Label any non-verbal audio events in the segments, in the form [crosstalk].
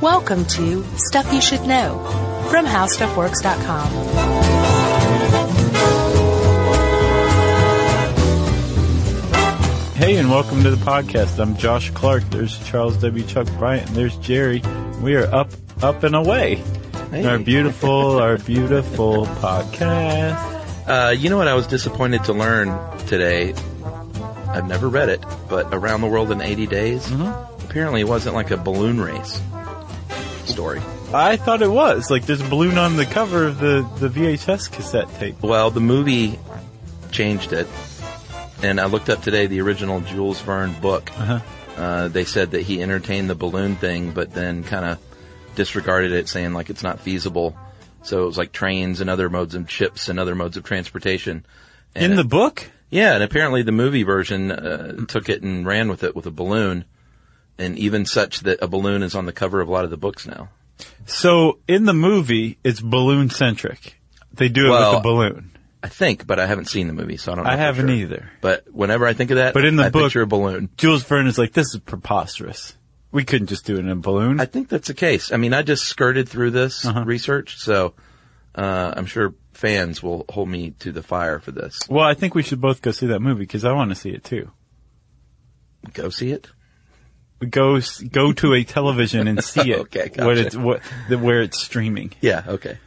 Welcome to Stuff You Should Know from HowStuffWorks.com. Hey, and welcome to the podcast. I'm Josh Clark. There's Charles W. Chuck Bryant. And there's Jerry. We are up, up and away. Hey. Our beautiful, our beautiful podcast. Uh, you know what I was disappointed to learn today? I've never read it, but Around the World in 80 Days Mm-hmm. apparently it wasn't like a balloon race story. I thought it was like there's a balloon on the cover of the the VHS cassette tape. Well, the movie changed it, and I looked up today the original Jules Verne book. Uh-huh. Uh, they said that he entertained the balloon thing, but then kind of disregarded it, saying like it's not feasible. So it was like trains and other modes of ships and other modes of transportation. And In it- the book? Yeah, and apparently the movie version uh, took it and ran with it with a balloon, and even such that a balloon is on the cover of a lot of the books now. So in the movie, it's balloon centric. They do it with Well, a balloon. I think, but I haven't seen the movie, so I don't. know I for haven't sure. either. But whenever I think of that, But in the I book- picture a balloon. Jules Verne is like, this is preposterous. We couldn't just do it in a balloon. I think that's the case. I mean, I just skirted through this Uh-huh. research, so uh, I'm sure fans will hold me to the fire for this. well, I think we should both go see that movie because I want to see it too. Go see it. go s- go to a television and [laughs] see it. Okay, gotcha. what it's what the, where it's streaming. Yeah. [laughs] Okay.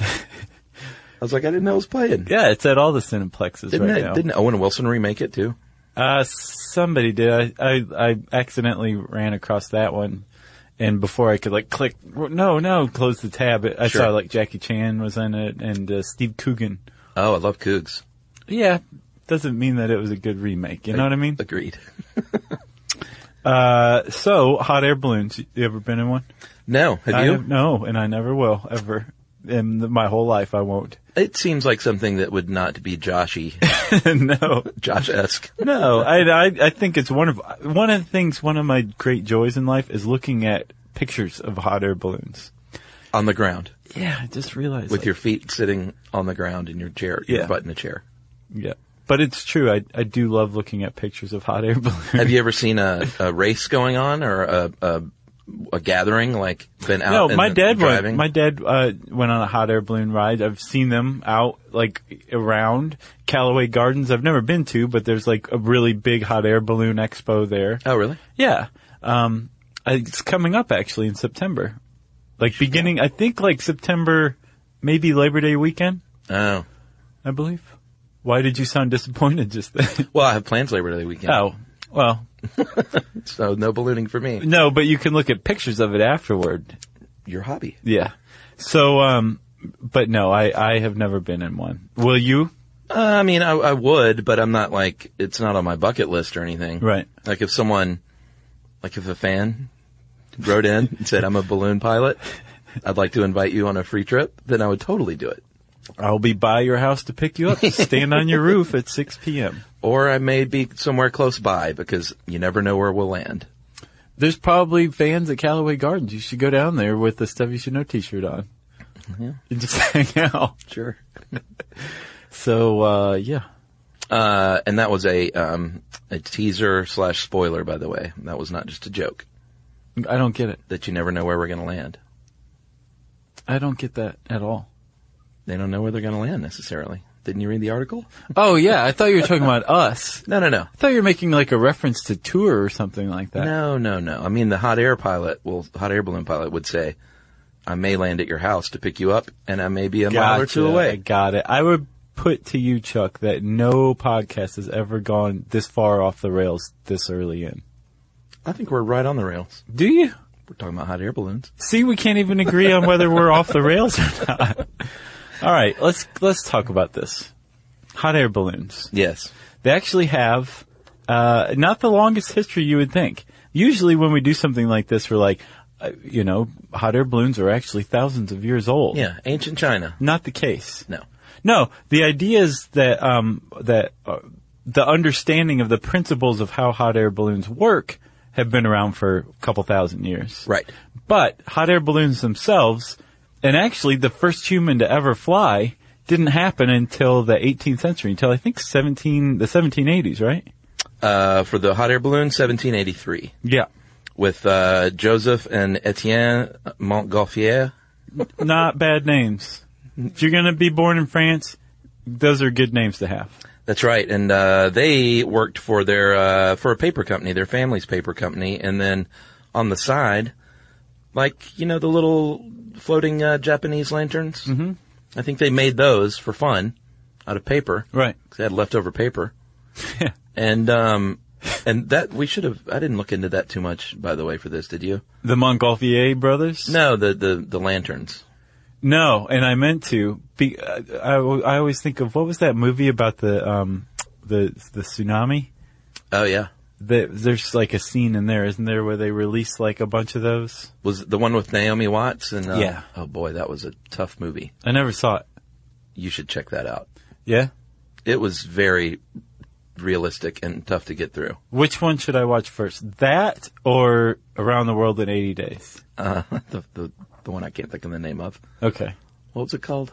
I was like, I didn't know it was playing. Yeah, it's at all the cineplexes Didn't right it, now. didn't Owen Wilson remake it too? Uh, somebody did. I, I I accidentally ran across that one, and before I could like click, no, no, close the tab. I Sure. saw like Jackie Chan was in it and uh, Steve Coogan. Oh, I love Cougs. Yeah, doesn't mean that it was a good remake. You know what I mean? Agreed. [laughs] Uh, so hot air balloons. You ever been in one? No, have I you? have- no, and I never will ever. In the, my whole life, I won't. [laughs] It seems like something that would not be Joshy, [laughs] no. Josh-esque. No, I, I, I think it's one of one of the things. One of my great joys in life is looking at pictures of hot air balloons. on the ground Yeah, I just realized. with like- your feet sitting on the ground in your chair, Yeah. your butt in a chair. yeah, but it's true. I I do love looking at pictures of hot air [laughs] balloons. Have you ever seen a, a race going on or a, a a gathering like been out? no, in my the- dad went. driving? My dad uh, went on a hot air balloon ride. I've seen them out like around Callaway Gardens. I've never been to, but there's like a really big hot air balloon expo there. oh, really? Yeah. Um, I- it's coming up actually in September. Like beginning, I think like September, maybe Labor Day weekend, Oh, I believe. Why did you sound disappointed just then? well, I have plans Labor Day [laughs] weekend, oh, well, so no ballooning for me. no, but you can look at pictures of it afterward. Your hobby? Yeah. So, um, but no, I, I have never been in one. Will you? Uh, I mean, I, I would, but I'm not like it's not on my bucket list or anything. Right. Like if someone, like if a fan wrote in and said, I'm a balloon pilot, I'd like to invite you on a free trip, then I would totally do it. I'll be by your house to pick [laughs] you up. Stand on your roof at 6 p.m. Or I may be somewhere close by because you never know where we'll land. There's probably fans at Callaway Gardens. You should go down there with the Stuff You Should Know t-shirt on. [laughs] And just hang out. Sure. So, uh, yeah. Uh, and that was a, um, a teaser slash spoiler, by the way. That was not just a joke I don't get it. that you never know where we're going to land. I don't get that at all. They don't know where they're going to land necessarily. Didn't you read the article? Oh, yeah. I thought you were talking about us. No, no, no. I thought you were making like a reference to tour or something like that. No, no, no. I mean, the hot air pilot will, hot air balloon pilot would say, I may land at your house to pick you up and I may be a mile or two I away. got it. I would put to you, Chuck, that no podcast has ever gone this far off the rails this early in. I think we're right on the rails. Do you? We're talking about hot air balloons. See, we can't even agree on whether we're off the rails or not. All right, let's let's talk about this. Hot air balloons. Yes. They actually have uh, not the longest history you would think. Usually, when we do something like this, we're like, uh, you know, hot air balloons are actually thousands of years old. Yeah. Ancient China. Not the case. No. No, the idea is that um, that uh, the understanding of the principles of how hot air balloons work have been around for a couple thousand years. Right. But hot air balloons themselves, and actually the first human to ever fly, didn't happen until the 18th century, until I think 17 the 1780s, right? Uh, for the hot air balloon, 1783. Yeah. with uh, Joseph and Etienne Montgolfier. Not bad names. If you're gonna be born in France, those are good names to have. That's right, and uh, they worked for their uh, for a paper company, their family's paper company, and then on the side, like you know the little floating uh, Japanese lanterns. Mm-hmm. I think they made those for fun out of paper. Right. 'cause they had leftover paper. and um, and that we should have. I didn't look into that too much, by the way, for this. Did you? The Montgolfier brothers? No, the the the lanterns. No, and I meant to. Be, uh, I, al- I always think of what was that movie about the um, the the tsunami? Oh yeah, That there's like a scene in there, isn't there, where they release like a bunch of those? was it the one with Naomi Watts and uh, Yeah. Oh boy, that was a tough movie. I never saw it. You should check that out. Yeah. It was very realistic and tough to get through. Which one should I watch first? That or Around the World in 80 Days? Uh, [laughs] the, the the one I can't think of the name of. Okay. What was it called?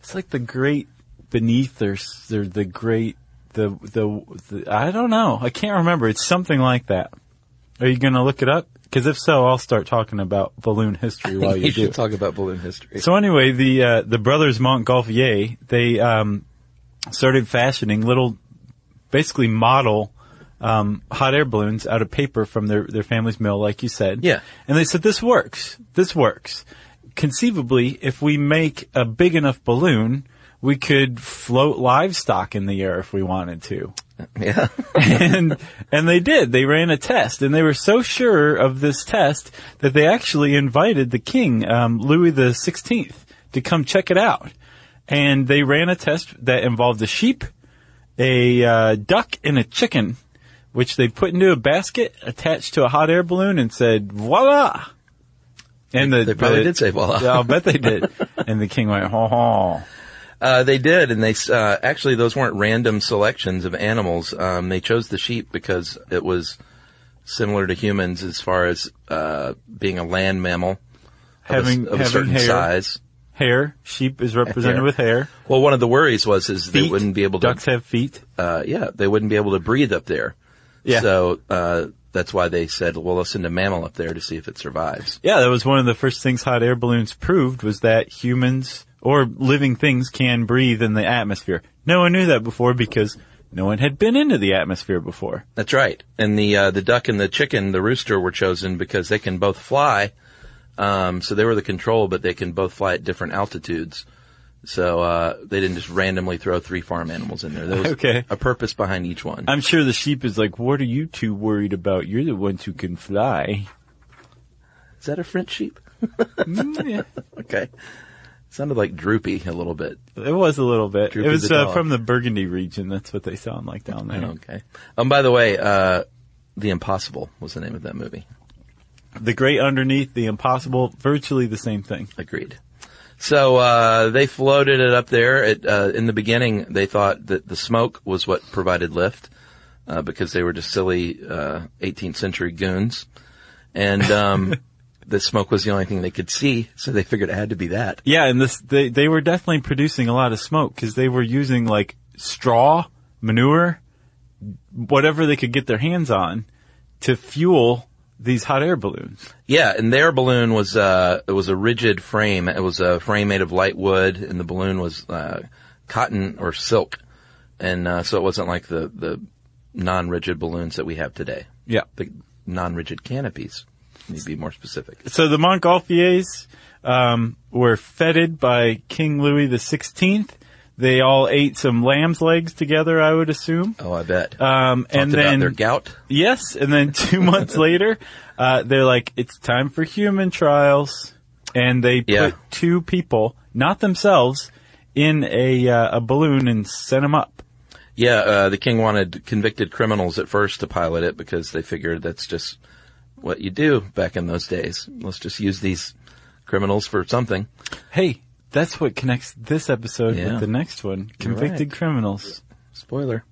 It's like the great beneath or, s- or the great the, the the I don't know. I can't remember. It's something like that. Are you going to look it up? Cuz if so, I'll start talking about balloon [laughs] history while you, [laughs] you do. should talk about balloon [laughs] history. So anyway, the uh, the brothers Montgolfier they um, started fashioning little, basically model um, hot air balloons out of paper from their their family's mill, like you said. Yeah. and they said this works. This works. Conceivably, if we make a big enough balloon, we could float livestock in the air if we wanted to yeah. and and they did. They ran a test, and they were so sure of this test that they actually invited the king, um, Louis the Sixteenth, to come check it out. And they ran a test that involved a sheep, a uh, duck, and a chicken, which they put into a basket attached to a hot air balloon, and said, "Voila!" And the, They probably the- did say voila. Yeah, I'll bet they did. and the king went, "Ha ha." [laughs] Uh, they did, and they uh, actually those weren't random selections of animals. Um, they chose the sheep because it was similar to humans as far as uh, being a land mammal of a s- Having of a, having certain hair, size. hair, sheep is represented Hair. with hair. Well, one of the worries was is they Feet. wouldn't be able to. Ducks have feet. Uh, yeah, they wouldn't be able to breathe up there. Yeah. So uh, that's why they said, "Well, let's send a mammal up there to see if it survives." Yeah, that was one of the first things hot air balloons proved was that humans or living things can breathe in the atmosphere. No one knew that before because no one had been into the atmosphere before. That's right. And the uh, the duck and the chicken, the rooster, were chosen because they can both fly. Um, so they were the control, but they can both fly at different altitudes. So uh, they didn't just randomly throw three farm animals in there. There was Okay. a purpose behind each one. I'm sure the sheep is like, what are you two worried about? You're the ones who can [laughs] fly. Is that a French sheep? Mm, yeah. Okay. Sounded like droopy a little bit. It was a little bit. Droopy it was the uh, dog. from the Burgundy region. That's what they sound like down there. Okay. Um. By the way, uh, The Impossible was the name of that movie. The great underneath, the impossible, virtually the same thing. Agreed. So uh, they floated it up there. It, uh, in the beginning, they thought that the smoke was what provided lift uh, because they were just silly uh, 18th century goons, and um, the smoke was the only thing they could see. So they figured it had to be that. Yeah, and this they they were definitely producing a lot of smoke because they were using like straw, manure, whatever they could get their hands on to fuel these hot air balloons. Yeah, and their balloon was uh, it was a rigid frame. It was a frame made of light wood, and the balloon was uh, cotton or silk, and uh, so it wasn't like the the non-rigid balloons that we have today. Yeah. the non-rigid canopies. Need to be more specific. So the Montgolfiers um, were feted by King Louis the Sixteenth. They all ate some lamb's legs together, I would assume. Oh, I bet. Um, Talked and about then their gout. yes, and then [laughs] two months later, uh, they're like, "It's time for human trials," and they Yeah. put two people, not themselves, in a uh, a balloon and sent them up. Yeah, uh, the king wanted convicted criminals at first to pilot it because they figured that's just what you do back in those days. Let's just use these criminals for something. Hey, that's what connects this episode Yeah. with the next one: convicted criminals. Spoiler.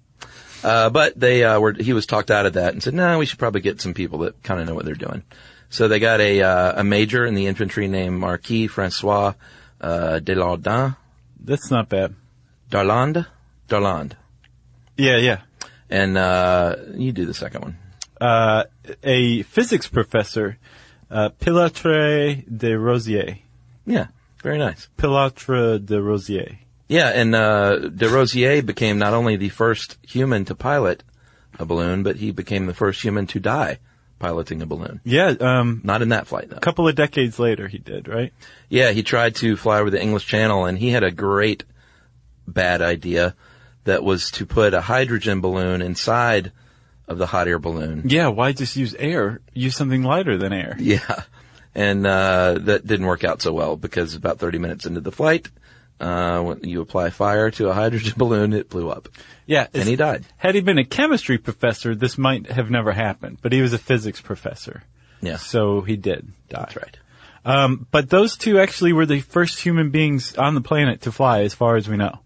Uh, but they uh, were. He was talked out of that and said, "No, we should probably get some people that kind of know what they're doing." So they got a uh, a major in the infantry named Marquis Francois uh, Delardin, That's not bad. Darland, Darland, Yeah, yeah. and uh, you do the second one. Uh, a physics professor, uh, Pilatre de Rosier. Yeah, very nice. Pilatre de Rosier. Yeah, and uh, de Rosier became not only the first human to pilot a balloon, but he became the first human to die piloting a balloon. Yeah, um, Not in that flight though. a couple of decades later he did, right? Yeah, he tried to fly over the English Channel and he had a great bad idea that was to put a hydrogen balloon inside of the hot air balloon. Yeah, why just use air? Use something lighter than air. Yeah. And, uh, that didn't work out so well because about 30 minutes into the flight, uh, when you apply fire to a hydrogen [laughs] balloon, it blew up. Yeah, And he died. Had he been a chemistry professor, this might have never happened, but he was a physics professor. Yeah. So he did die. That's right. Um, but those two actually were the first human beings on the planet to fly, as far as we know.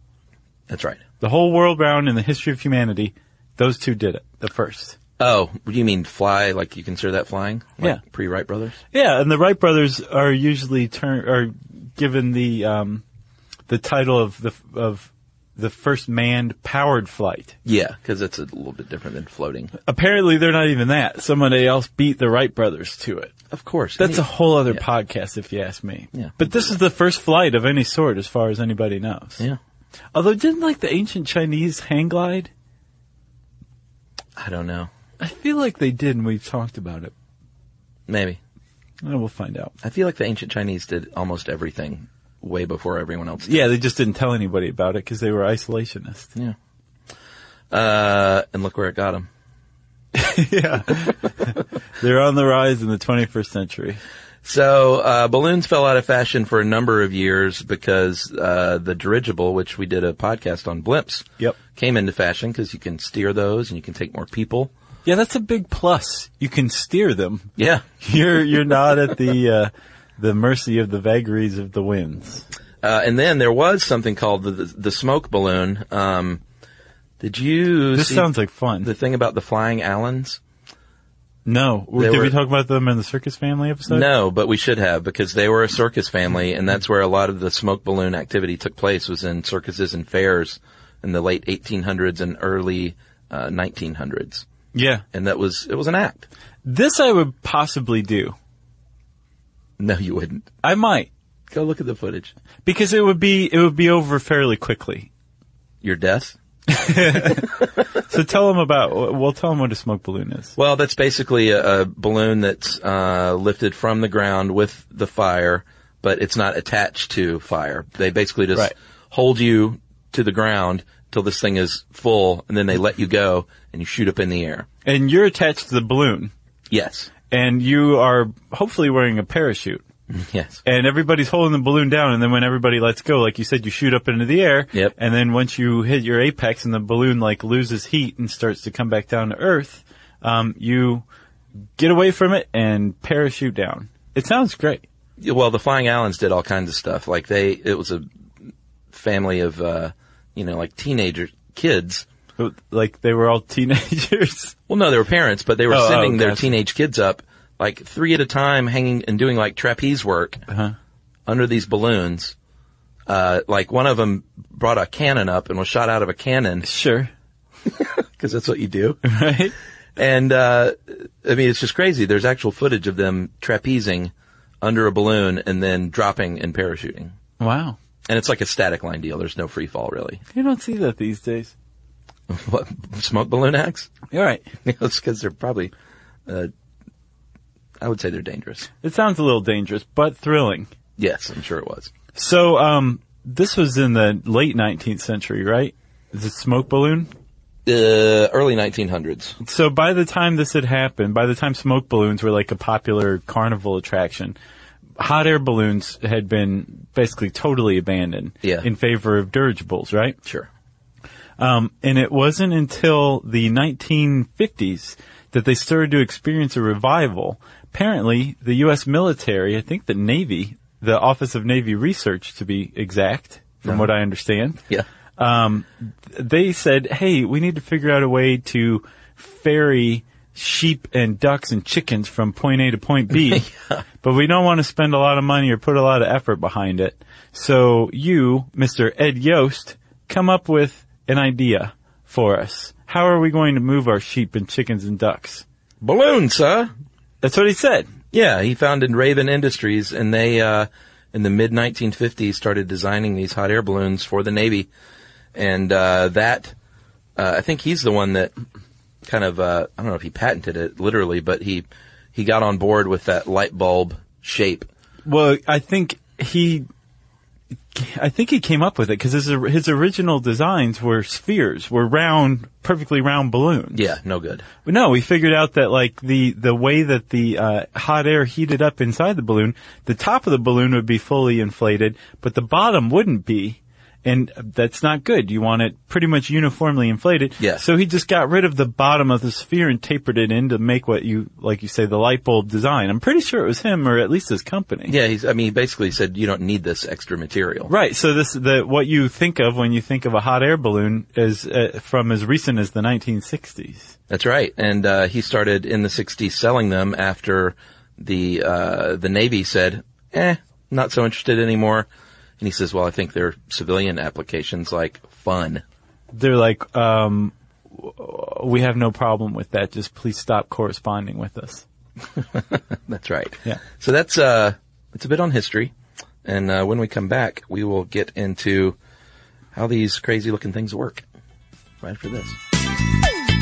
That's right. The whole world round in the history of humanity, those two did it, the first. Oh, you mean fly? Like you consider that flying? Like Yeah. Pre Wright brothers? Yeah, and the Wright brothers are usually turn are given the um, the title of the of the first manned powered flight. Yeah, because it's a little bit different than floating. Apparently, they're not even that. Somebody else beat the Wright brothers to it. Of course. That's a Any- whole other Yeah. podcast, if you ask me. Yeah. But this is the first flight of any sort, as far as anybody knows. Yeah. Although, didn't like the ancient Chinese hang glide? I don't know. I feel like they did, and we've talked about it. Maybe. Oh, We'll find out. I feel like the ancient Chinese did almost everything way before everyone else. Did. Yeah, they just didn't tell anybody about it because they were isolationist. Yeah. Uh, and look where it got them. [laughs] yeah, [laughs] they're on the rise in the 21st century. So uh, balloons fell out of fashion for a number of years because uh, the dirigible, which we did a podcast on blimps, Yep. came into fashion because you can steer those and you can take more people. Yeah, that's a big plus. You can steer them. Yeah. You're you're not at the uh, the mercy of the vagaries of the winds. Uh, and then there was something called the the, the smoke balloon. Um, did you? This see sounds like fun. the thing about the flying Allens. no, They did we were- talk about them in the Circus Family episode? No, but we should have because they were a circus family, and that's where a lot of the smoke balloon activity took place was in circuses and fairs in the late 1800s and early uh, 1900s, Yeah, and that was it was an act. this I would possibly do. No, you wouldn't. I might Go look at the footage. because it would be it would be over fairly quickly. Your death. So tell them about. We'll tell them what a smoke balloon is. Well, that's basically a, a balloon that's uh, lifted from the ground with the fire, but it's not attached to fire. They basically just Right. hold you to the ground till this thing is full, and then they let you go and you shoot up in the air. And you're attached to the balloon, Yes. [laughs] and you are hopefully wearing a parachute. Yes. and everybody's holding the balloon down, and then when everybody lets go, like you said, you shoot up into the air. Yep. And then once you hit your apex and the balloon like loses heat and starts to come back down to earth, um, you get away from it and parachute down. It sounds great. Well, the Flying Allens did all kinds of stuff. Like they, it was a family of, uh, you know, like teenager kids. But, Like they were all teenagers. Well, no, they were parents, but they were Oh, oh, sending their gotcha. teenage kids up like three at a time hanging and doing like trapeze work under these balloons. Uh, like one of them brought a cannon up and was shot out of a [laughs] [laughs] cannon sure. because that's what you do. [laughs] Right? And, uh, I mean, it's just crazy. There's actual footage of them trapezing under a balloon and then dropping and parachuting. Wow. And it's like a static line deal. There's no free fall really. [laughs] You don't see that these days. What smoke balloon acts? [laughs] You're right. it's because they're probably, uh, I would say they're dangerous. It sounds a little dangerous, but thrilling. Yes, I'm sure it was. So, um, this was in the late 19th century, right? The smoke balloon? Uh, early 1900s. So by the time this had happened, by the time smoke balloons were like a popular carnival attraction, hot air balloons had been basically totally abandoned Yeah. in favor of dirigibles, right? Sure. Um, and it wasn't until the 1950s that they started to experience a revival. Apparently, the U.S. military, I think the Navy, the Office of Navy Research to be exact, from Uh-huh. what I understand, Yeah. they said, hey, we need to figure out a way to ferry sheep and ducks and chickens from point A to point [laughs] B, but we don't want to spend a lot of money or put a lot of effort behind it. So you, Mr. Ed Yost, come up with an idea for us. How are we going to move our sheep and chickens and ducks? Balloons, huh? That's what he said. Yeah, he founded Raven Industries, and they, uh, in the mid 1950s, started designing these hot air balloons for the Navy. And uh, that, uh, I think he's the one that kind of, uh, I don't know if he patented it literally, but he he got on board with that light bulb shape. Well, I think he, I think he came up with it because his his original designs were spheres, were round, perfectly round balloons. Yeah, no good. But no, we figured out that like the the way that the uh, hot air heated up inside the balloon, the top of the balloon would be fully inflated, but the bottom wouldn't be. And that's not good. You want it pretty much uniformly inflated. Yeah. So he just got rid of the bottom of the sphere and tapered it in to make what you, like you say, the light bulb design. I'm pretty sure it was him or at least his company. Yeah, he's, I mean, he basically said you don't need this extra material. Right. So this, the, what you think of when you think of a hot air balloon is uh, from as recent as the 1960s. That's right. And uh, he started in the 60s selling them after the uh, the Navy said, "Eh, not so interested anymore." And he says, "Well, I think they're civilian applications like fun." They're like, um, w- we have no problem with that. Just please stop corresponding with us. That's right. Yeah. So that's uh, it's a bit on history, and uh, when we come back, we will get into how these crazy looking things work. Right after this.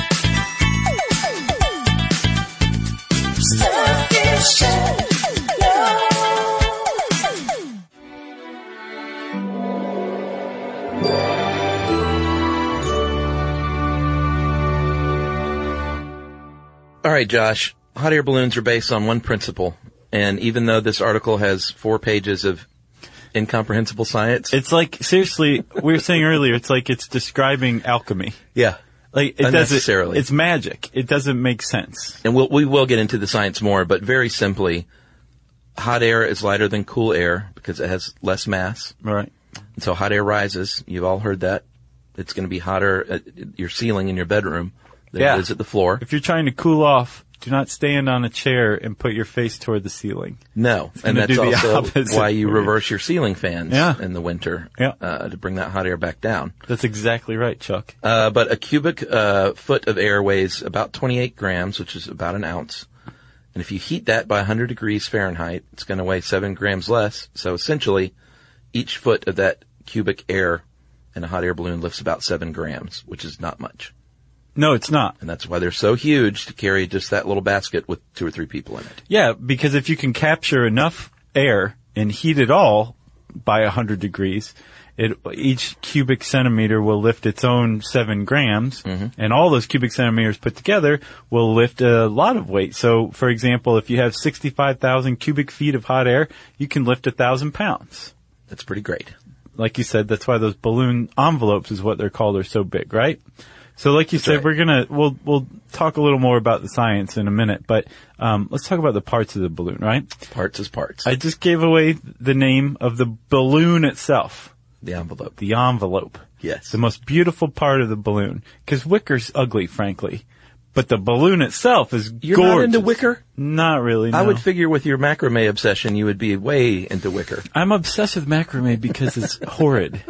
All right, Josh. Hot air balloons are based on one principle, and even though this article has four pages of incomprehensible science, It's like, seriously, we were saying earlier, it's like it's describing alchemy. yeah, Like it doesn't, Unnecessarily. it's magic. It doesn't make sense. and we'll, we will get into the science more, but very simply, hot air is lighter than cool air because it has less mass. Right. And so hot air rises. You've all heard that. It's going to be hotter at your ceiling in your bedroom than Yeah. it is at the floor. If you're trying to cool off, do not stand on a chair and put your face toward the ceiling. No, and gonna that's do the also opposite. why [laughs] you reverse your ceiling fans Yeah. in the winter Yeah. uh, to bring that hot air back down. That's exactly right, Chuck. Uh, but a cubic uh, foot of air weighs about 28 grams, which is about an ounce. And if you heat that by 100 degrees Fahrenheit, it's going to weigh seven grams less. So essentially, each foot of that cubic air in a hot air balloon lifts about seven grams, which is not much. No, it's not. And that's why they're so huge to carry just that little basket with two or three people in it. Yeah, because if you can capture enough air and heat it all by 100 degrees, it, each cubic centimeter will lift its own seven grams, and all those cubic centimeters put together will lift a lot of weight. So, for example, if you have 65,000 cubic feet of hot air, you can lift a thousand pounds. That's pretty great. like you said, that's why those balloon envelopes is what they're called are so big, right? So like you said, right. we're gonna, we'll, we'll talk a little more about the science in a minute, but, um, let's talk about the parts of the balloon, right? Parts is parts. I just gave away the name of the balloon itself. the envelope. The envelope. Yes. The most beautiful part of the balloon. Cause wicker's ugly, frankly. But the balloon itself is You're gorgeous. not into wicker? Not really, I no. would figure with your macrame obsession, you would be way into wicker. I'm obsessed with macrame because it's [laughs] horrid.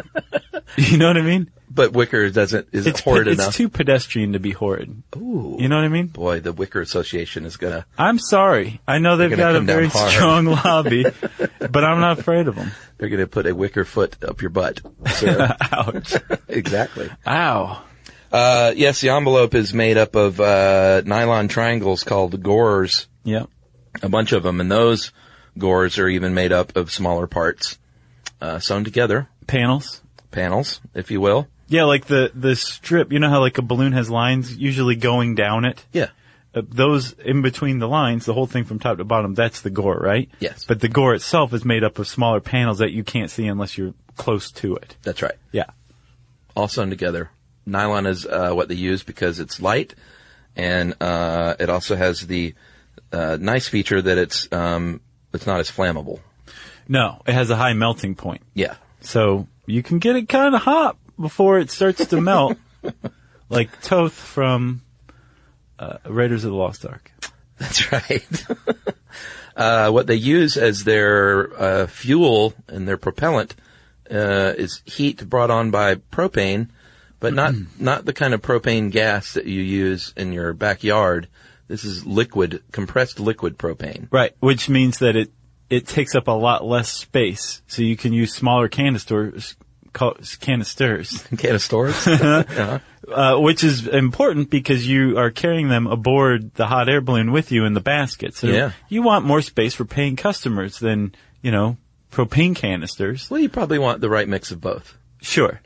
You know what I mean? But wicker doesn't isn't it's horrid pe- enough. It's too pedestrian to be horrid. Ooh. You know what I mean? Boy, the Wicker Association is gonna. I'm sorry. I know they've They're gonna got a come down very hard. [laughs] strong lobby, but I'm not afraid of them. They're gonna put a wicker foot up your butt. So, [laughs] Ouch. exactly. Ow. Uh, yes, the envelope is made up of uh, nylon triangles called gores, Yep. a bunch of them, and those gores are even made up of smaller parts uh, sewn together, Panels. panels, if you will. Yeah, like the, the strip, you know how like a balloon has lines usually going down it? Yeah. Uh, those in between the lines, the whole thing from top to bottom, that's the gore, right? Yes. But the gore itself is made up of smaller panels that you can't see unless you're close to it. That's right. Yeah. all sewn together. Nylon is uh, what they use because it's light, and uh, it also has the uh, nice feature that it's um, it's not as flammable. No, it has a high melting point. Yeah, [laughs] So you can get it kind of hot before it starts to melt, like Toth from uh, Raiders of the Lost Ark. that's right. [laughs] uh, what they use as their uh, fuel and their propellant uh, is heat brought on by propane, but not not the kind of propane gas that you use in your backyard. This is liquid, compressed liquid propane. Right, which means that it it takes up a lot less space, so you can use smaller canisters, ca- canisters, [laughs] Canistors. uh uh, which is important because you are carrying them aboard the hot air balloon with you in the basket. So Yeah. you want more space for paying customers than you know propane canisters. Well, you probably want the right mix of both. Sure.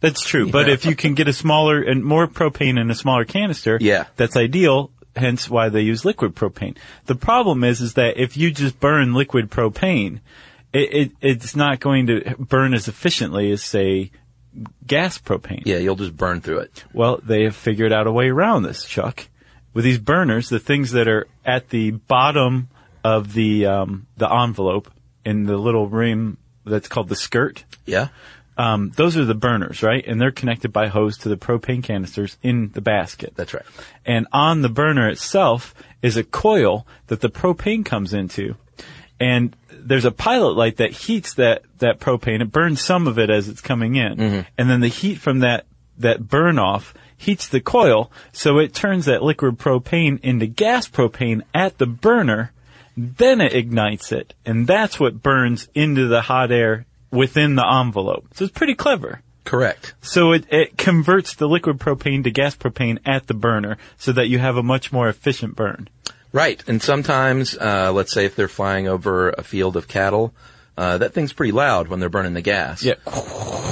That's true. But Yeah. if you can get a smaller and more propane in a smaller canister, Yeah. that's ideal. Hence why they use liquid propane. The problem is, is that if you just burn liquid propane, it, it it's not going to burn as efficiently as say gas propane. Yeah, you'll just burn through it. Well, they have figured out a way around this, Chuck. With these burners, the things that are at the bottom of the um, the envelope in the little rim that's called the skirt Yeah. um, those are the burners, right? And they're connected by hose to the propane canisters in the basket. That's right. And on the burner itself is a coil that the propane comes into. And there's a pilot light that heats that, that propane. It burns some of it as it's coming in. And then the heat from that, that burn off heats the coil. So it turns that liquid propane into gas propane at the burner. Then it ignites it. And that's what burns into the hot air within the envelope. So it's pretty clever. Correct. So it, it converts the liquid propane to gas propane at the burner so that you have a much more efficient burn. Right. And sometimes, uh, let's say if they're flying over a field of cattle, uh, that thing's pretty loud when they're burning the gas.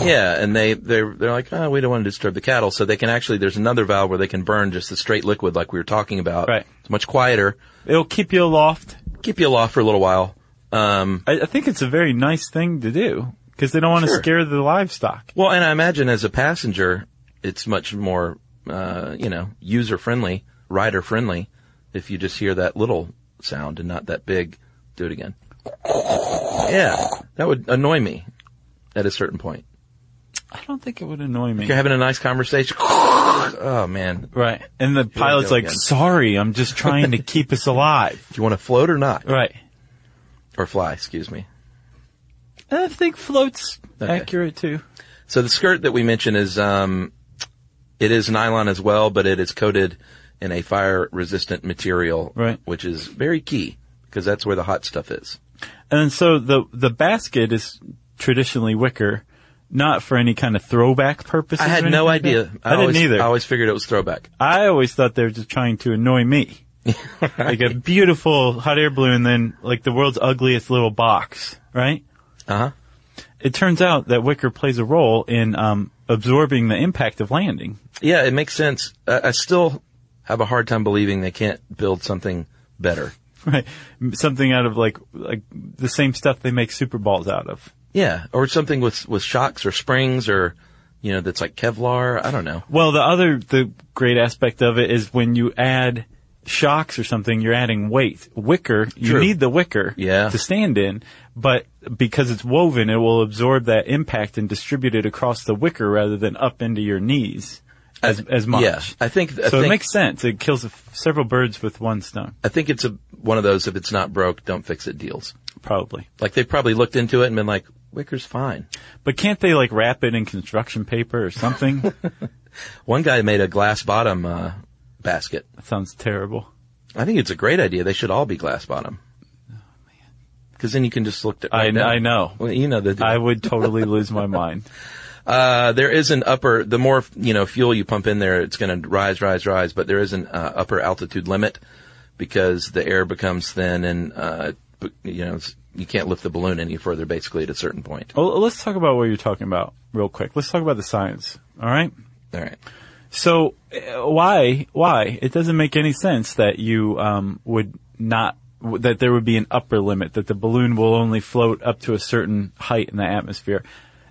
Yeah, and they they're they're like, oh, we don't want to disturb the cattle, so they can actually. There's another valve where they can burn just the straight liquid, like we were talking about. Right. It's much quieter. It'll keep you aloft. Keep you aloft for a little while. Um, I, I think it's a very nice thing to do because they don't want to Sure. scare the livestock. well, and I imagine as a passenger, it's much more, uh, you know, user friendly, rider friendly, if you just hear that little sound and not that big. Do it again. Yeah, that would annoy me at a certain point. I don't think it would annoy me. You're having a nice conversation. Oh man, Right. And the pilot's go like, again. sorry, I'm just trying [laughs] to keep us alive. do you want to float or not, Right. or fly? Excuse me. I think float's Okay. accurate too. So the skirt that we mentioned is, um, it is nylon as well, but it is coated in a fire resistant material, Right. which is very key because that's where the hot stuff is. And so the, the basket is traditionally wicker, not for any kind of throwback purposes. I had or no anything like idea. that. I, always, didn't either. I always figured it was throwback. I always thought they were just trying to annoy me. Like a beautiful hot air balloon and then like the world's ugliest little box, right? Uh Uh-huh. huh. It turns out that wicker plays a role in um, absorbing the impact of landing. [laughs] Yeah, it makes sense. I, I still have a hard time believing they can't build something better. Right. Something out of like like the same stuff they make super balls out of. Yeah, or something with with shocks or springs or, you know, that's like Kevlar. I don't know. Well, the other the great aspect of it is when you add shocks or something, you're adding weight. Wicker, you True. need the wicker Yeah. to stand in, but because it's woven, it will absorb that impact and distribute it across the wicker rather than up into your knees as as much. Yeah, I think. I so think, it makes sense. It kills a f- several birds with one stone, I think it's a one of those if it's not broke, don't fix it deals. probably. Like they probably looked into it and been like, Wicker's fine. But can't they like wrap it in construction paper or something? [laughs] that One guy made a glass bottom uh, basket. sounds terrible. I think it's a great idea. They should all be glass bottom. Because then you can just look at. Oh, I, I know. Well, you know the. deal. I would totally lose my mind. uh, there is an upper. The more you know, fuel you pump in there, it's going to rise, rise, rise. But there is an uh, upper altitude limit because the air becomes thin and uh, b- you know it's- you can't lift the balloon any further. Basically, at a certain point. Well, let's talk about what you're talking about real quick. Let's talk about the science. All right. All right. So uh, why why it doesn't make any sense that you um, would not w- that there would be an upper limit that the balloon will only float up to a certain height in the atmosphere.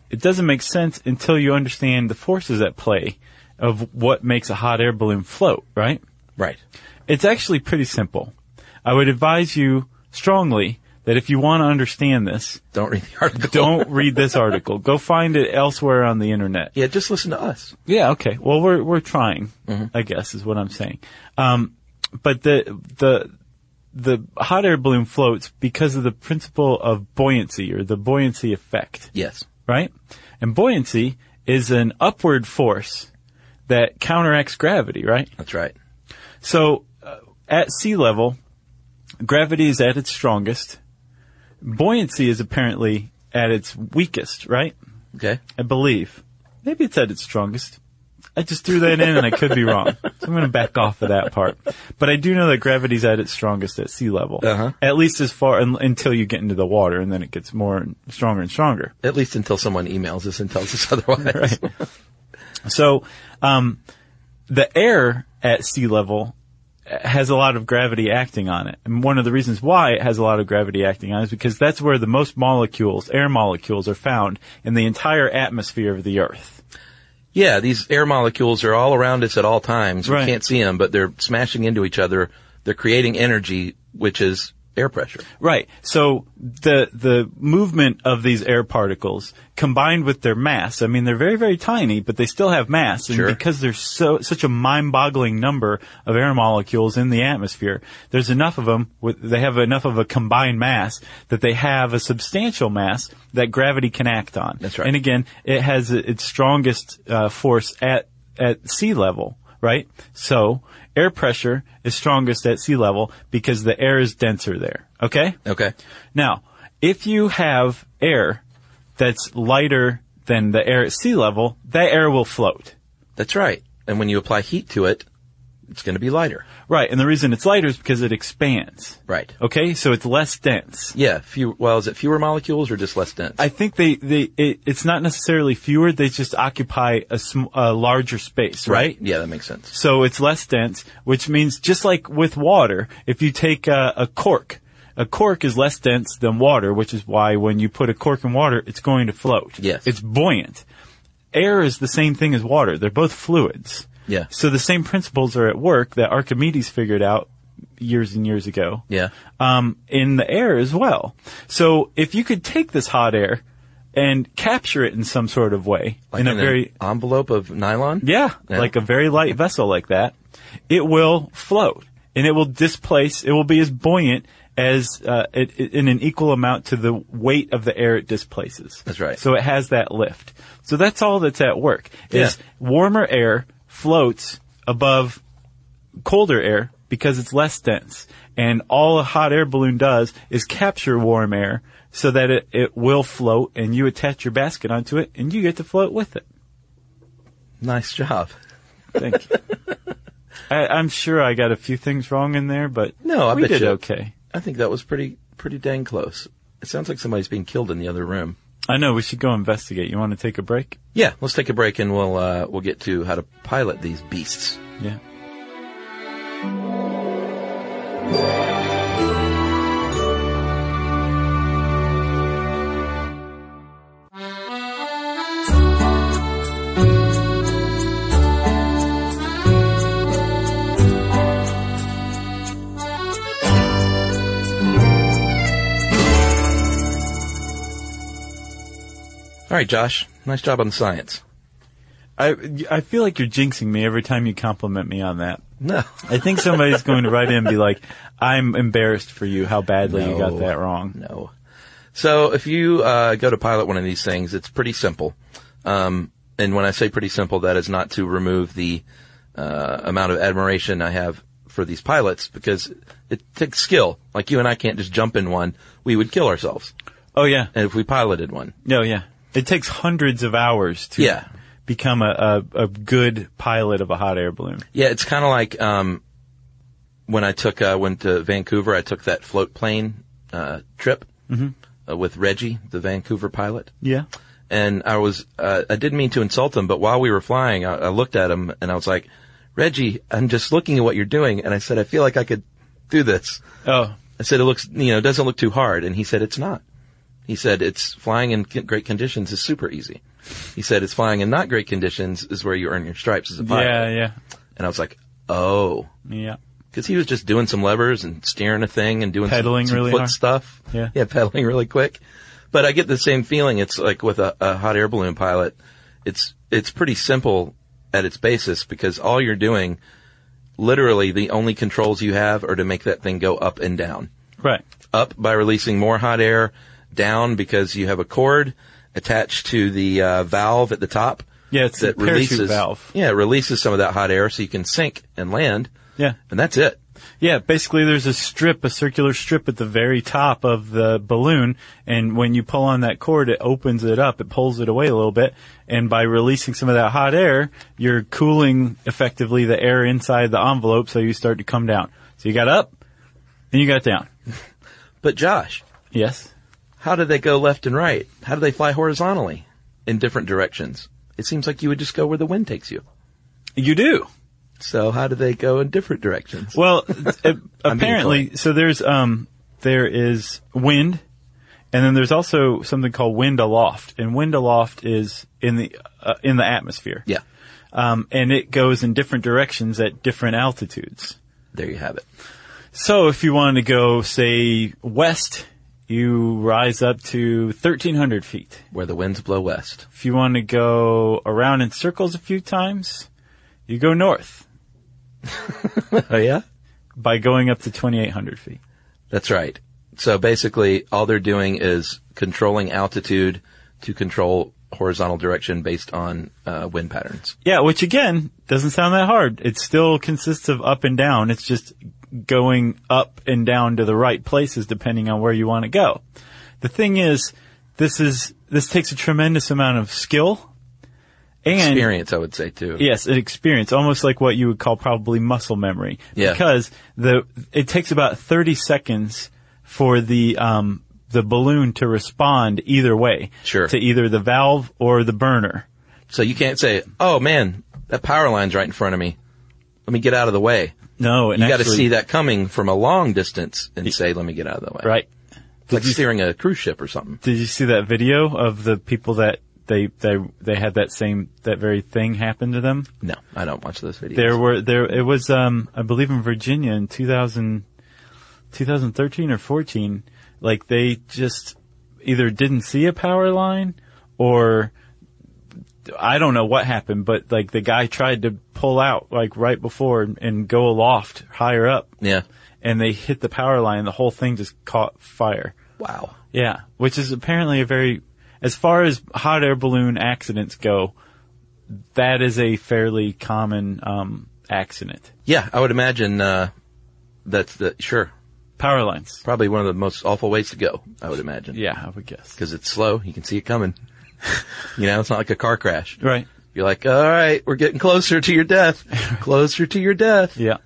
It doesn't make sense until you understand the forces at play of what makes a hot air balloon float, right? Right. It's actually pretty simple. I would advise you strongly that if you want to understand this, Don't read the [laughs] article. don't read this article. Go find it elsewhere on the internet. Yeah, just listen to us. Yeah. Okay. Mm-hmm. Well, we're we're trying. I guess is what I'm saying. Um, but the the the hot air balloon floats because of the principle of buoyancy or the buoyancy effect, Yes. right? And buoyancy is an upward force that counteracts gravity, right? That's right. So uh, at sea level, gravity is at its strongest. Buoyancy is apparently at its weakest, right? Okay. I believe. Maybe it's at its strongest. I just threw that in and I could be wrong. So I'm going to back off of that part. But I do know that gravity's at its strongest at sea level. Uh-huh. At least as far un- until you get into the water and then it gets more and stronger and stronger. At least until someone emails us and tells us [laughs] otherwise. So, um, the air at sea level uh, has a lot of gravity acting on it. And one of the reasons why it has a lot of gravity acting on it is because that's where the most molecules, air molecules, are found in the entire atmosphere of the Earth. Yeah, these air molecules are all around us at all times. We Right. can't see them, but they're smashing into each other. They're creating energy, which is air pressure. Right. So the, the movement of these air particles combined with their mass, I mean, they're very, very tiny, but they still have mass. And Sure. because there's so, such a mind boggling number of air molecules in the atmosphere, there's enough of them, with, they have enough of a combined mass that they have a substantial mass that gravity can act on. That's right. And again, it has its strongest uh, force at at sea level, right? So air pressure is strongest at sea level because the air is denser there. Okay. Okay. Now, if you have air that's lighter than the air at sea level, that air will float. That's right. And when you apply heat to it, it's going to be lighter. Right. And the reason it's lighter is because it expands. Right. Okay. So it's less dense. Yeah. Few, well, is it fewer molecules or just less dense? I think they, they it, it's not necessarily fewer. They just occupy a, sm- a larger space, right? Yeah, that makes sense. So it's less dense, which means just like with water, if you take a, a cork, a cork is less dense than water, which is why when you put a cork in water, it's going to float. Yes. It's buoyant. Air is the same thing as water. They're both fluids. Yeah. So the same principles are at work that Archimedes figured out years and years ago Yeah. um, in the air as well. So if you could take this hot air and capture it in some sort of way, in a an very envelope of nylon? yeah, Yeah. like a very light vessel like that, it will float and it will displace. It will be as buoyant as uh, it, it- in an equal amount to the weight of the air it displaces. That's right. So it has that lift. So that's all that's at work. Is Yeah. warmer air floats above colder air because it's less dense. And all a hot air balloon does is capture warm air so that it, it will float and you attach your basket onto it and you get to float with it. Nice job. Thank you. I, I'm sure I got a few things wrong in there, but No, I we bet did you- okay. I think that was pretty, pretty dang close. It sounds like somebody's being killed in the other room. I know we should go investigate. You want to take a break? Yeah, let's take a break and we'll, uh, we'll get to how to pilot these beasts. Yeah. All right, Josh. Nice job on the science. I, I feel like you're jinxing me every time you compliment me on that. No. I think somebody's going to write in and be like, I'm embarrassed for you how badly you got No. that wrong. No. So if you uh, go to pilot one of these things, it's pretty simple. Um, and when I say pretty simple, that is not to remove the uh, amount of admiration I have for these pilots because it takes skill. Like you and I can't just jump in one; we would kill ourselves. Oh, yeah. And if we piloted one, No, yeah. It takes hundreds of hours to Yeah. become a, a, a good pilot of a hot air balloon. yeah, it's kind of like um, when I took uh, went to Vancouver. I took that float plane uh, trip Mm-hmm. uh, with Reggie, the Vancouver pilot. Yeah. and I was, uh, I didn't mean to insult him, but while we were flying, I, I looked at him and I was like, Reggie, I'm just looking at what you're doing. And I said, I feel like I could do this. Oh, I said, it looks, you know, it doesn't look too hard. And he said, it's not. He said, it's flying in c- great conditions is super easy. He said, it's flying in not great conditions is where you earn your stripes as a pilot. yeah, yeah. And I was like, oh, Yeah. because he was just doing some levers and steering a thing and doing some- Pedaling some, really foot hard. stuff. Yeah. yeah, pedaling really quick. But I get the same feeling. It's like with a, a hot air balloon pilot, it's it's pretty simple at its basis because all you're doing, literally, the only controls you have are to make that thing go up and down. Right. Up by releasing more hot air, down because you have a cord attached to the uh, valve at the top. Yeah, it's that the parachute releases valve. Yeah, it releases some of that hot air so you can sink and land, Yeah. and that's it. Yeah, basically there's a strip, a circular strip at the very top of the balloon, and when you pull on that cord, it opens it up, it pulls it away a little bit, and by releasing some of that hot air, you're cooling effectively the air inside the envelope, so you start to come down. So you got up, and you got down. But Josh, Yes. how do they go left and right? How do they fly horizontally in different directions? It seems like you would just go where the wind takes you. You do. So how do they go in different directions? Well, a- apparently, polite. so there's um, there is wind, and then there's also something called wind aloft, and wind aloft is in the uh, in the atmosphere. Yeah, Um, and it goes in different directions at different altitudes. there you have it. So if you wanted to go, say, west, you rise up to 1,300 feet. Where the winds blow west. If you want to go around in circles a few times, you go north Oh yeah? by going up to 2,800 feet. That's right. So basically, all they're doing is controlling altitude to control horizontal direction based on uh, wind patterns. Yeah, which again doesn't sound that hard. It still consists of up and down. It's just going up and down to the right places depending on where you want to go. The thing is, this is this takes a tremendous amount of skill and Experience, I would say, too. Yes, an experience, almost like what you would call probably muscle memory. Yeah. Because the it takes about thirty seconds for the um, the balloon to respond either way. Sure. To either the valve or the burner. So you can't say, "Oh man, that power line's right in front of me. Let me get out of the way." No, and You got to actually- see that coming from a long distance and say, "Let me get out of the way." Right. It's like steering a cruise ship or something. Did you see that video of the people that they they they had that same that very thing happen to them? No, I don't watch those videos. There were there it was um I believe in Virginia in 2000, 2013 or 14 like they just either didn't see a power line or I don't know what happened but like the guy tried to pull out like right before and, and go aloft higher up yeah. and they hit the power line the whole thing just caught fire. Wow. Yeah, which is apparently a very, as far as hot air balloon accidents go, that is a fairly common um, accident. Yeah, I would imagine uh, that's the sure Power lines. probably one of the most awful ways to go. I would imagine. Yeah, I would guess. because it's slow. You can see it coming. [laughs] you know, it's not like a car crash. Right. You're like, all right, we're getting closer to [laughs] your death. closer to your death. Yeah.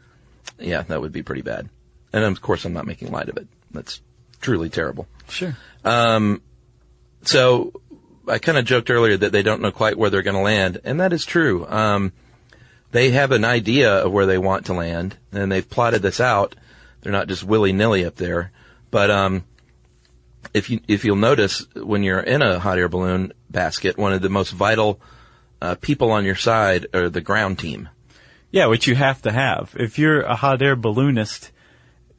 Yeah, that would be pretty bad. And of course, I'm not making light of it. That's truly terrible. Sure. So I kind of joked earlier that they don't know quite where they're going to land, and that is true. Um, they have an idea of where they want to land, and they've plotted this out. They're not just willy nilly up there, but um, if you if you'll notice when you're in a hot air balloon basket, one of the most vital uh, people on your side are the ground team. Yeah, which you have to have. If you're a hot air balloonist,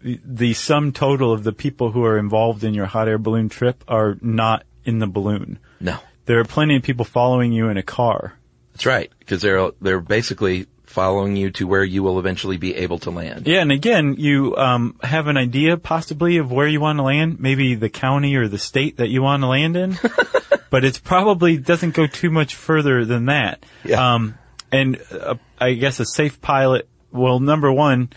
the- the sum total of the people who are involved in your hot air balloon trip are not in the balloon. No, There are plenty of people following you in a car. that's right, because they're they're basically following you to where you will eventually be able to land. Yeah, and again, you um, have an idea possibly of where you want to land, maybe the county or the state that you want to land in, but it's probably doesn't go too much further than that. Yeah. Um, and uh, I guess a safe pilot. Well, number one,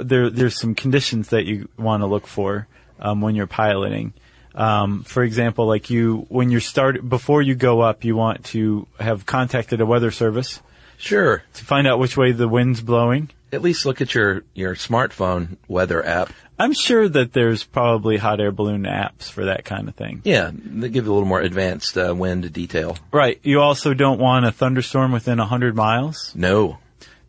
there there's some conditions that you want to look for um, when you're piloting. Um, for example, like you when you start before you go up, you want to have contacted a weather service Sure. to find out which way the wind's blowing. at least look at your, your smartphone weather app. I'm sure that there's probably hot air balloon apps for that kind of thing. Yeah, they give you a little more advanced uh, wind detail. Right. You also don't want a thunderstorm within 100 miles. No,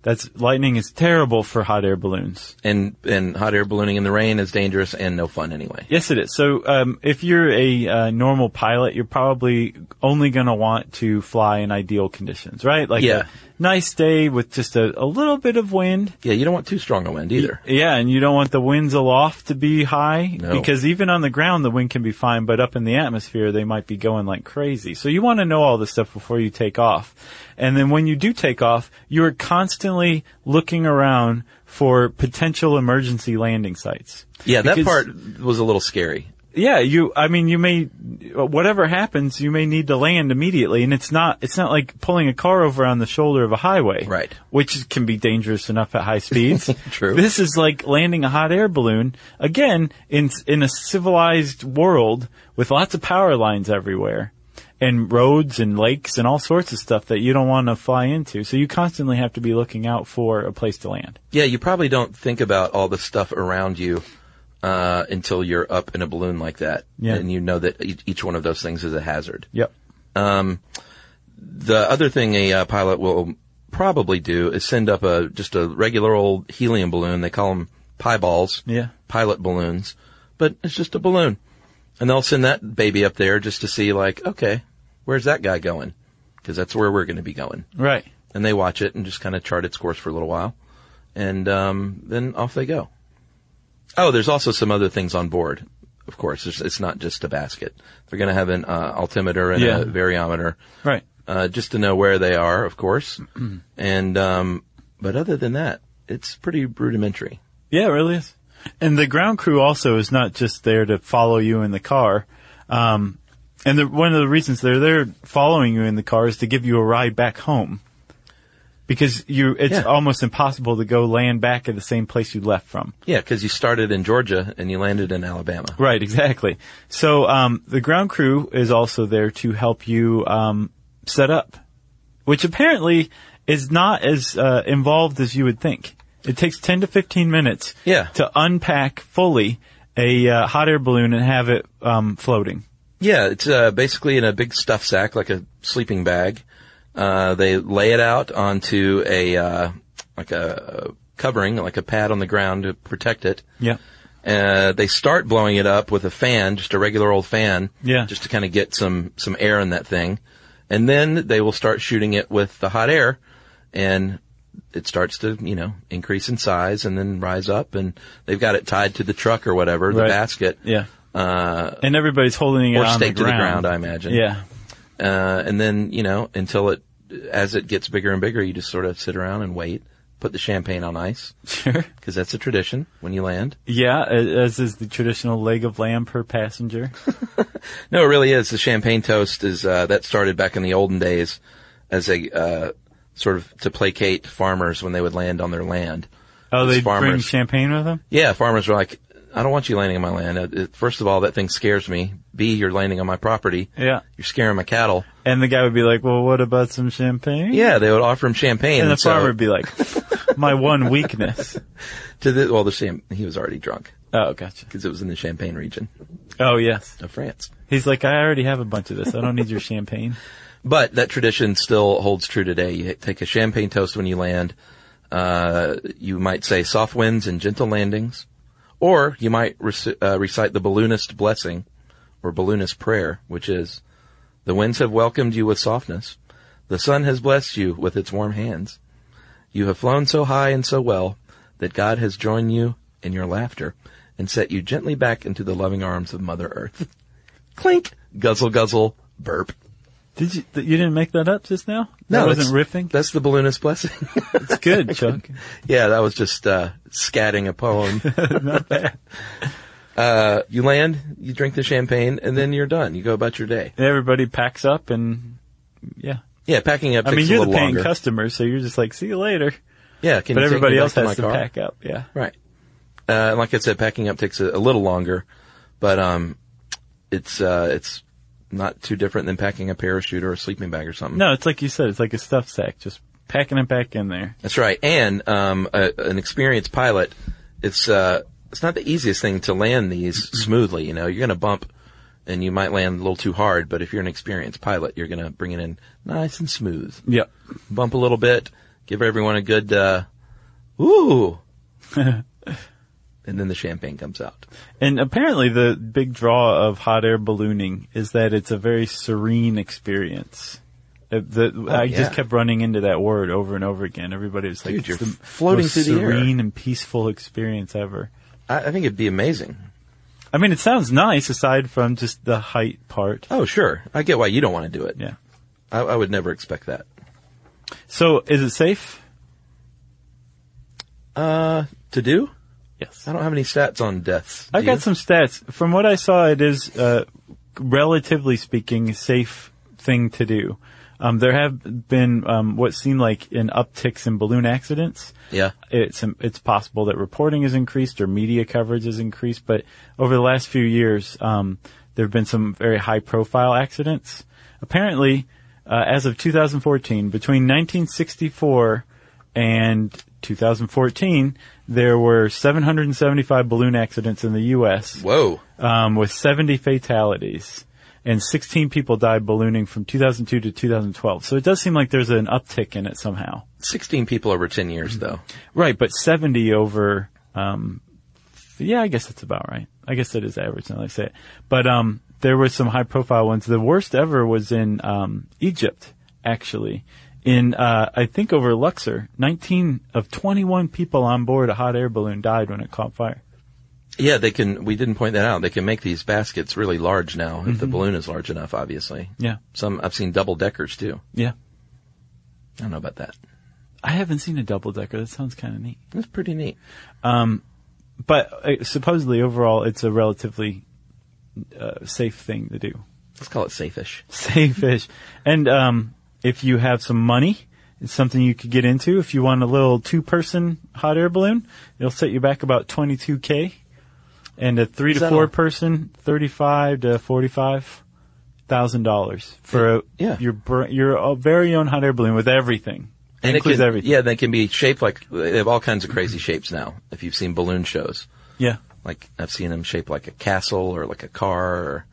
That's lightning is terrible for hot air balloons. and and hot air ballooning in the rain is dangerous and no fun anyway. Yes, it is. So um, if you're a uh, normal pilot, you're probably only going to want to fly in ideal conditions, right? Like a Yeah. nice day with just a, a little bit of wind. Yeah, you don't want too strong a wind either. Yeah, and you don't want the winds aloft to be high No. because even on the ground the wind can be fine, but up in the atmosphere they might be going like crazy. So you want to know all this stuff before you take off. And then when you do take off, you are constantly looking around for potential emergency landing sites. Yeah, that Because- part was a little scary. yeah, you. I mean, you may whatever happens, you may need to land immediately, and it's not. It's not like pulling a car over on the shoulder of a highway, Right. Which can be dangerous enough at high speeds. [laughs] True. This is like landing a hot air balloon again in in a civilized world with lots of power lines everywhere. And roads and lakes and all sorts of stuff that you don't want to fly into. So you constantly have to be looking out for a place to land. Yeah, you probably don't think about all the stuff around you uh, until you're up in a balloon like that, Yeah. and you know that e-, each each one of those things is a hazard. Yep. The other thing a uh, pilot will probably do is send up a just a regular old helium balloon. They call them pie balls. Yeah. Pilot balloons, but it's just a balloon, and they'll send that baby up there just to see, like, okay, where's that guy going? Because that's where we're going to be going. Right. And they watch it and just kind of chart its course for a little while, and um, then off they go. Oh, there's also some other things on board. Of course, it's, it's not just a basket. They're going to have an uh, altimeter and Yeah. a variometer Right. uh, just to know where they are, of course. and um, but other than that, it's pretty rudimentary. Yeah, it really is. And the ground crew also is not just there to follow you in the car. Um, and the, one of the reasons they're there following you in the car is to give you a ride back home. Because you, it's Yeah. almost impossible to go land back at the same place you left from. Yeah, because you started in Georgia and you landed in Alabama. Right, exactly. So um, the ground crew is also there to help you um, set up, which apparently is not as uh, involved as you would think. It takes 10 to 15 minutes Yeah. to unpack fully a uh, hot air balloon and have it um, floating. Yeah, it's uh, basically in a big stuff sack, like a sleeping bag. Uh, they lay it out onto a uh, like a covering, like a pad on the ground to protect it. Yeah. Uh, they start blowing it up with a fan, just a regular old fan, Yeah. just to kind of get some some air in that thing, and then they will start shooting it with the hot air, and it starts to you know increase in size and then rise up, and they've got it tied to the truck or whatever the Right. basket, Yeah. uh, And everybody's holding it or on staked the to the ground. ground, I imagine, Yeah. uh, and then you know until it as it gets bigger and bigger, you just sort of sit around and wait, put the champagne on ice Sure. because that's a tradition when you land. [laughs] Yeah, a- as is the traditional leg of lamb per [laughs] passenger. No, it really is. The champagne toast is uh, that started back in the olden days as a uh, sort of to placate farmers when they would land on their land. Oh, It's they bring farmers. champagne with them? Yeah, farmers were like, "I don't want you landing on my land. Uh, it- First of all, that thing scares me. B, you're landing on my property. Yeah. You're scaring my cattle." And the guy would be like, well, what about some champagne? Yeah, they would offer him champagne. And the so farmer would be like, [laughs] my one weakness. to the well, the sham- he was already drunk Oh, gotcha. because it was in the Champagne region Oh, yes. of France. He's like, I already have a bunch of this. I don't need your champagne. But that tradition still holds true today. You take a champagne toast when you land. Uh, you might say soft winds and gentle landings, or you might rec- uh, recite the balloonist blessing or balloonist prayer, which is, the winds have welcomed you with softness. The sun has blessed you with its warm hands. You have flown so high and so well that God has joined you in your laughter and set you gently back into the loving arms of Mother Earth. [laughs] Clink! Guzzle, guzzle, burp. Did you, th- you didn't make that up just now? That wasn't that's- riffing? That's the balloonist blessing. [laughs] That's [laughs] good, Chuck. yeah, that was just uh, scatting [laughs] a poem. Not bad. Uh, you land, you drink the champagne, and then you're done. You go about your day. Everybody packs up and, yeah. Yeah, packing up. I Takes mean, a you're the little paying longer. customer, so you're just like, see you later. yeah, can But you take me everybody back else to has my to car? pack up. Yeah. Right. Uh, and like I said, packing up takes a, a little longer, but um, it's uh, it's not too different than packing a parachute or a sleeping bag or something. No, it's like you said, it's like a stuff sack, just packing it back in there. That's right. And um, a, an experienced pilot, it's uh, it's not the easiest thing to land these Mm-hmm. smoothly. You know, you're going to bump, and you might land a little too hard. But if you're an experienced pilot, you're going to bring it in nice and smooth. Yep. Bump a little bit, give everyone a good uh, [laughs] ooh, and then the champagne comes out. And apparently the big draw of hot air ballooning is that it's a very serene experience. Uh, the- I just Oh, yeah. kept running into that word over and over again. Everybody was like, Dude, it's you're the floating most through the air." serene and peaceful experience ever. I, I think it'd be amazing. I mean, it sounds nice aside from just the height part. Oh, sure. I get why you don't want to do it. Yeah. I, I would never expect that. So is it safe? To do? Yes. I don't have any stats on deaths. I've Do you? got some stats. From what I saw, it is, uh, relatively speaking, a safe thing to do. Um, there have been um, what seem like an upticks in balloon accidents. Yeah. It's it's possible that reporting has increased or media coverage has increased, but over the last few years, um, there have been some very high profile accidents. Apparently, uh, as of 2014, between 1964 and 2014, there were 775 balloon accidents in the U.S Whoa. um, with 70 fatalities and 16 people died ballooning from 2002 to 2012. So it does seem like there's an uptick in it somehow. 16 people over 10 years though. Right, but 70 over, um, yeah, I guess that's about right. I guess that is average now that I say it. But, um, there were some high profile ones. The worst ever was in, um, Egypt, actually. In, uh, I think over Luxor, 19 of 21 people on board a hot air balloon died when it caught fire. Yeah, they can, we didn't point that out. They can make these baskets really large now if the Mm-hmm. balloon is large enough, obviously. Yeah. Some, I've seen double deckers too. Yeah. I don't know about that. I haven't seen a double decker. That sounds kind of neat. That's pretty neat. but uh, supposedly overall it's a relatively uh, safe thing to do Let's call it safe-ish. safe fish and um, if you have some money it's something you could get into if you want a little two person hot air balloon it'll set you back about 22k and a three Is to that four all? person 35 to 45 thousand dollars for a, Yeah. your br- your uh, very own hot air balloon with everything And it includes can, everything Yeah, they can be shaped like, they have all kinds of crazy shapes now. If you've seen balloon shows. yeah Like, I've seen them shaped like a castle or like a car or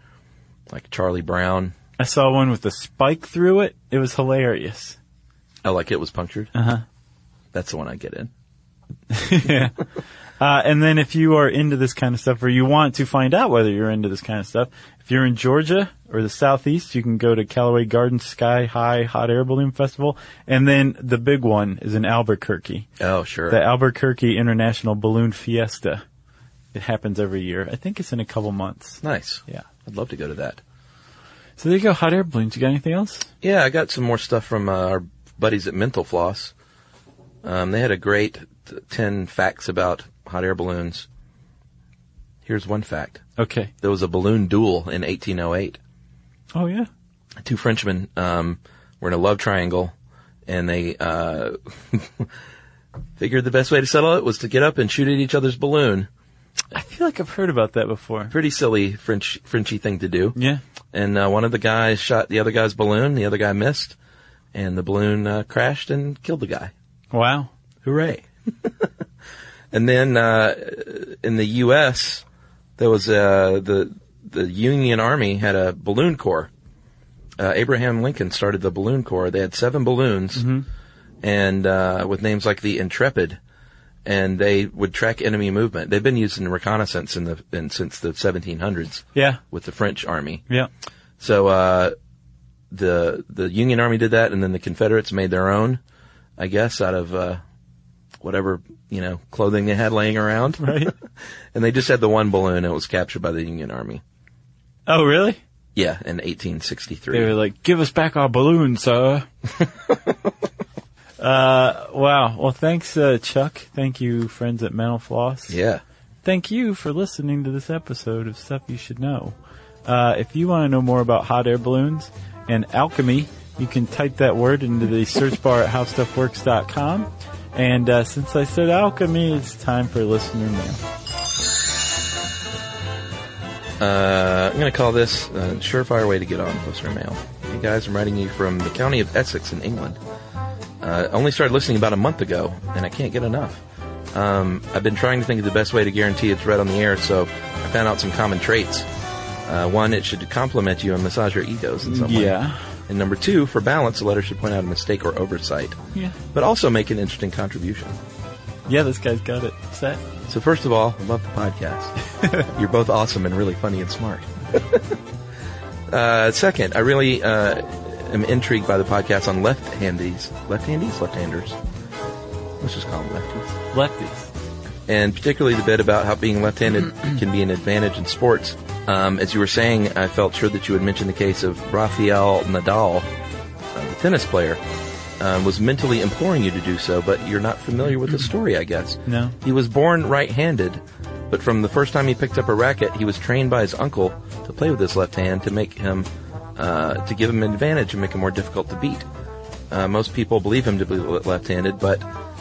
like Charlie Brown. i saw one with a spike through it it was hilarious Oh, like it was punctured? Uh huh. That's the one I get in. yeah. Uh, and then if you are into this kind of stuff or you want to find out whether you're into this kind of stuff, if you're in Georgia or the Southeast, you can go to Callaway Garden Sky High Hot Air Balloon Festival. And then the big one is in Albuquerque, Oh, sure. the Albuquerque International Balloon Fiesta. It happens every year. I think it's in a couple months. nice. Yeah. I'd love to go to that. So there you go. Hot air balloons. You got anything else? Yeah, I got some more stuff from uh, our buddies at Mental Floss. Um, they had a great t- 10 facts about hot air balloons. Here's one fact. Okay. There was a balloon duel in 1808. Oh yeah. Two Frenchmen um, were in a love triangle, and they uh, [laughs] figured the best way to settle it was to get up and shoot at each other's balloon. I feel like I've heard about that before. Pretty silly French Frenchy thing to do. Yeah. And uh, one of the guys shot the other guy's balloon. The other guy missed, and the balloon uh, crashed and killed the guy. Wow. Hooray. [laughs] and then uh, in the U.S., there was uh, the the Union Army had a balloon corps. Uh, Abraham Lincoln started the balloon corps. They had seven balloons, and uh, with names like the Intrepid, and they would track enemy movement. They've been used in reconnaissance in the in, since the 1700s Yeah. with the French Army. Yeah. [laughs] So uh, the the Union Army did that, and then the Confederates made their own, I guess, out of uh, whatever you know clothing they had laying around. Right. and they just had the one balloon, and it was captured by the Union Army. oh really? Yeah, in They 1863. were like, "Give us back our balloon, sir." uh, wow. Well, thanks, uh, Chuck. Thank you, friends at Mental Floss. yeah, Thank you for listening to this episode of Stuff You Should Know. Uh, if you want to know more about hot air balloons and alchemy, you can type that word into the search bar at howstuffworks.com. And uh, since I said alchemy, it's time for listener mail. uh, I'm gonna call this uh, surefire way to get on listener mail. Hey guys, I'm writing you from the county of Essex in England. Uh, only started listening about a month ago, and I can't get enough. Um, I've been trying to think of the best way to guarantee it's read on the air, so I found out some common traits. Uh, one, it should compliment you and massage your egos in some way. Yeah. And number two, for balance, the letter should point out a mistake or oversight, Yeah. but also make an interesting contribution. Yeah, this guy's got it set. So first of all, I love the podcast. You're both awesome and really funny and smart. [laughs] uh, second, I really uh, am intrigued by the podcast on left-handies, left-handies, left-handers. Let's just call them lefties. Lefties. And particularly the bit about how being left-handed can be an advantage in sports. Um, as you were saying, I felt sure that you would mention the case of Rafael Nadal, uh, the tennis player, um, was mentally imploring you to do so, but you're not familiar with the story, I guess. No. He was born right-handed, but from the first time he picked up a racket, he was trained by his uncle to play with his left hand to make him, uh, to give him an advantage and make him more difficult to beat. Uh, most people believe him to be le- left-handed, but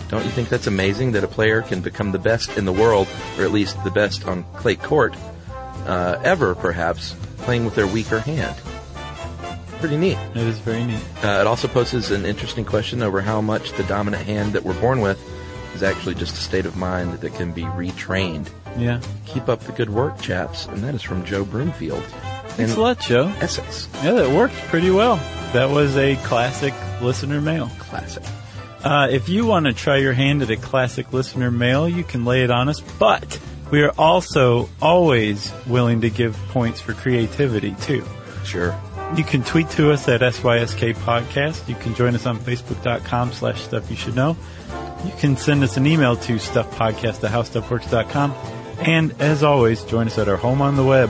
don't you think that's amazing that a player can become the best in the world, or at least the best on clay court, uh, ever perhaps, playing with their weaker hand? Pretty neat. It is very neat. Uh, it also poses an interesting question over how much the dominant hand that we're born with is actually just a state of mind that can be retrained. Yeah. Keep up the good work, chaps. And that is from Joe Broomfield in Thanks a lot, Joe. Essex. Yeah, that worked pretty well. That was a classic listener mail. Classic. Uh, if you want to try your hand at a classic listener mail, you can lay it on us, but we are also always willing to give points for creativity, too. Sure. You can tweet to us at SYSK Podcast. You can join us on Facebook.com slash Stuff You Should Know. You can send us an email to StuffPodcast at HowStuffWorks.com. And as always, join us at our home on the web,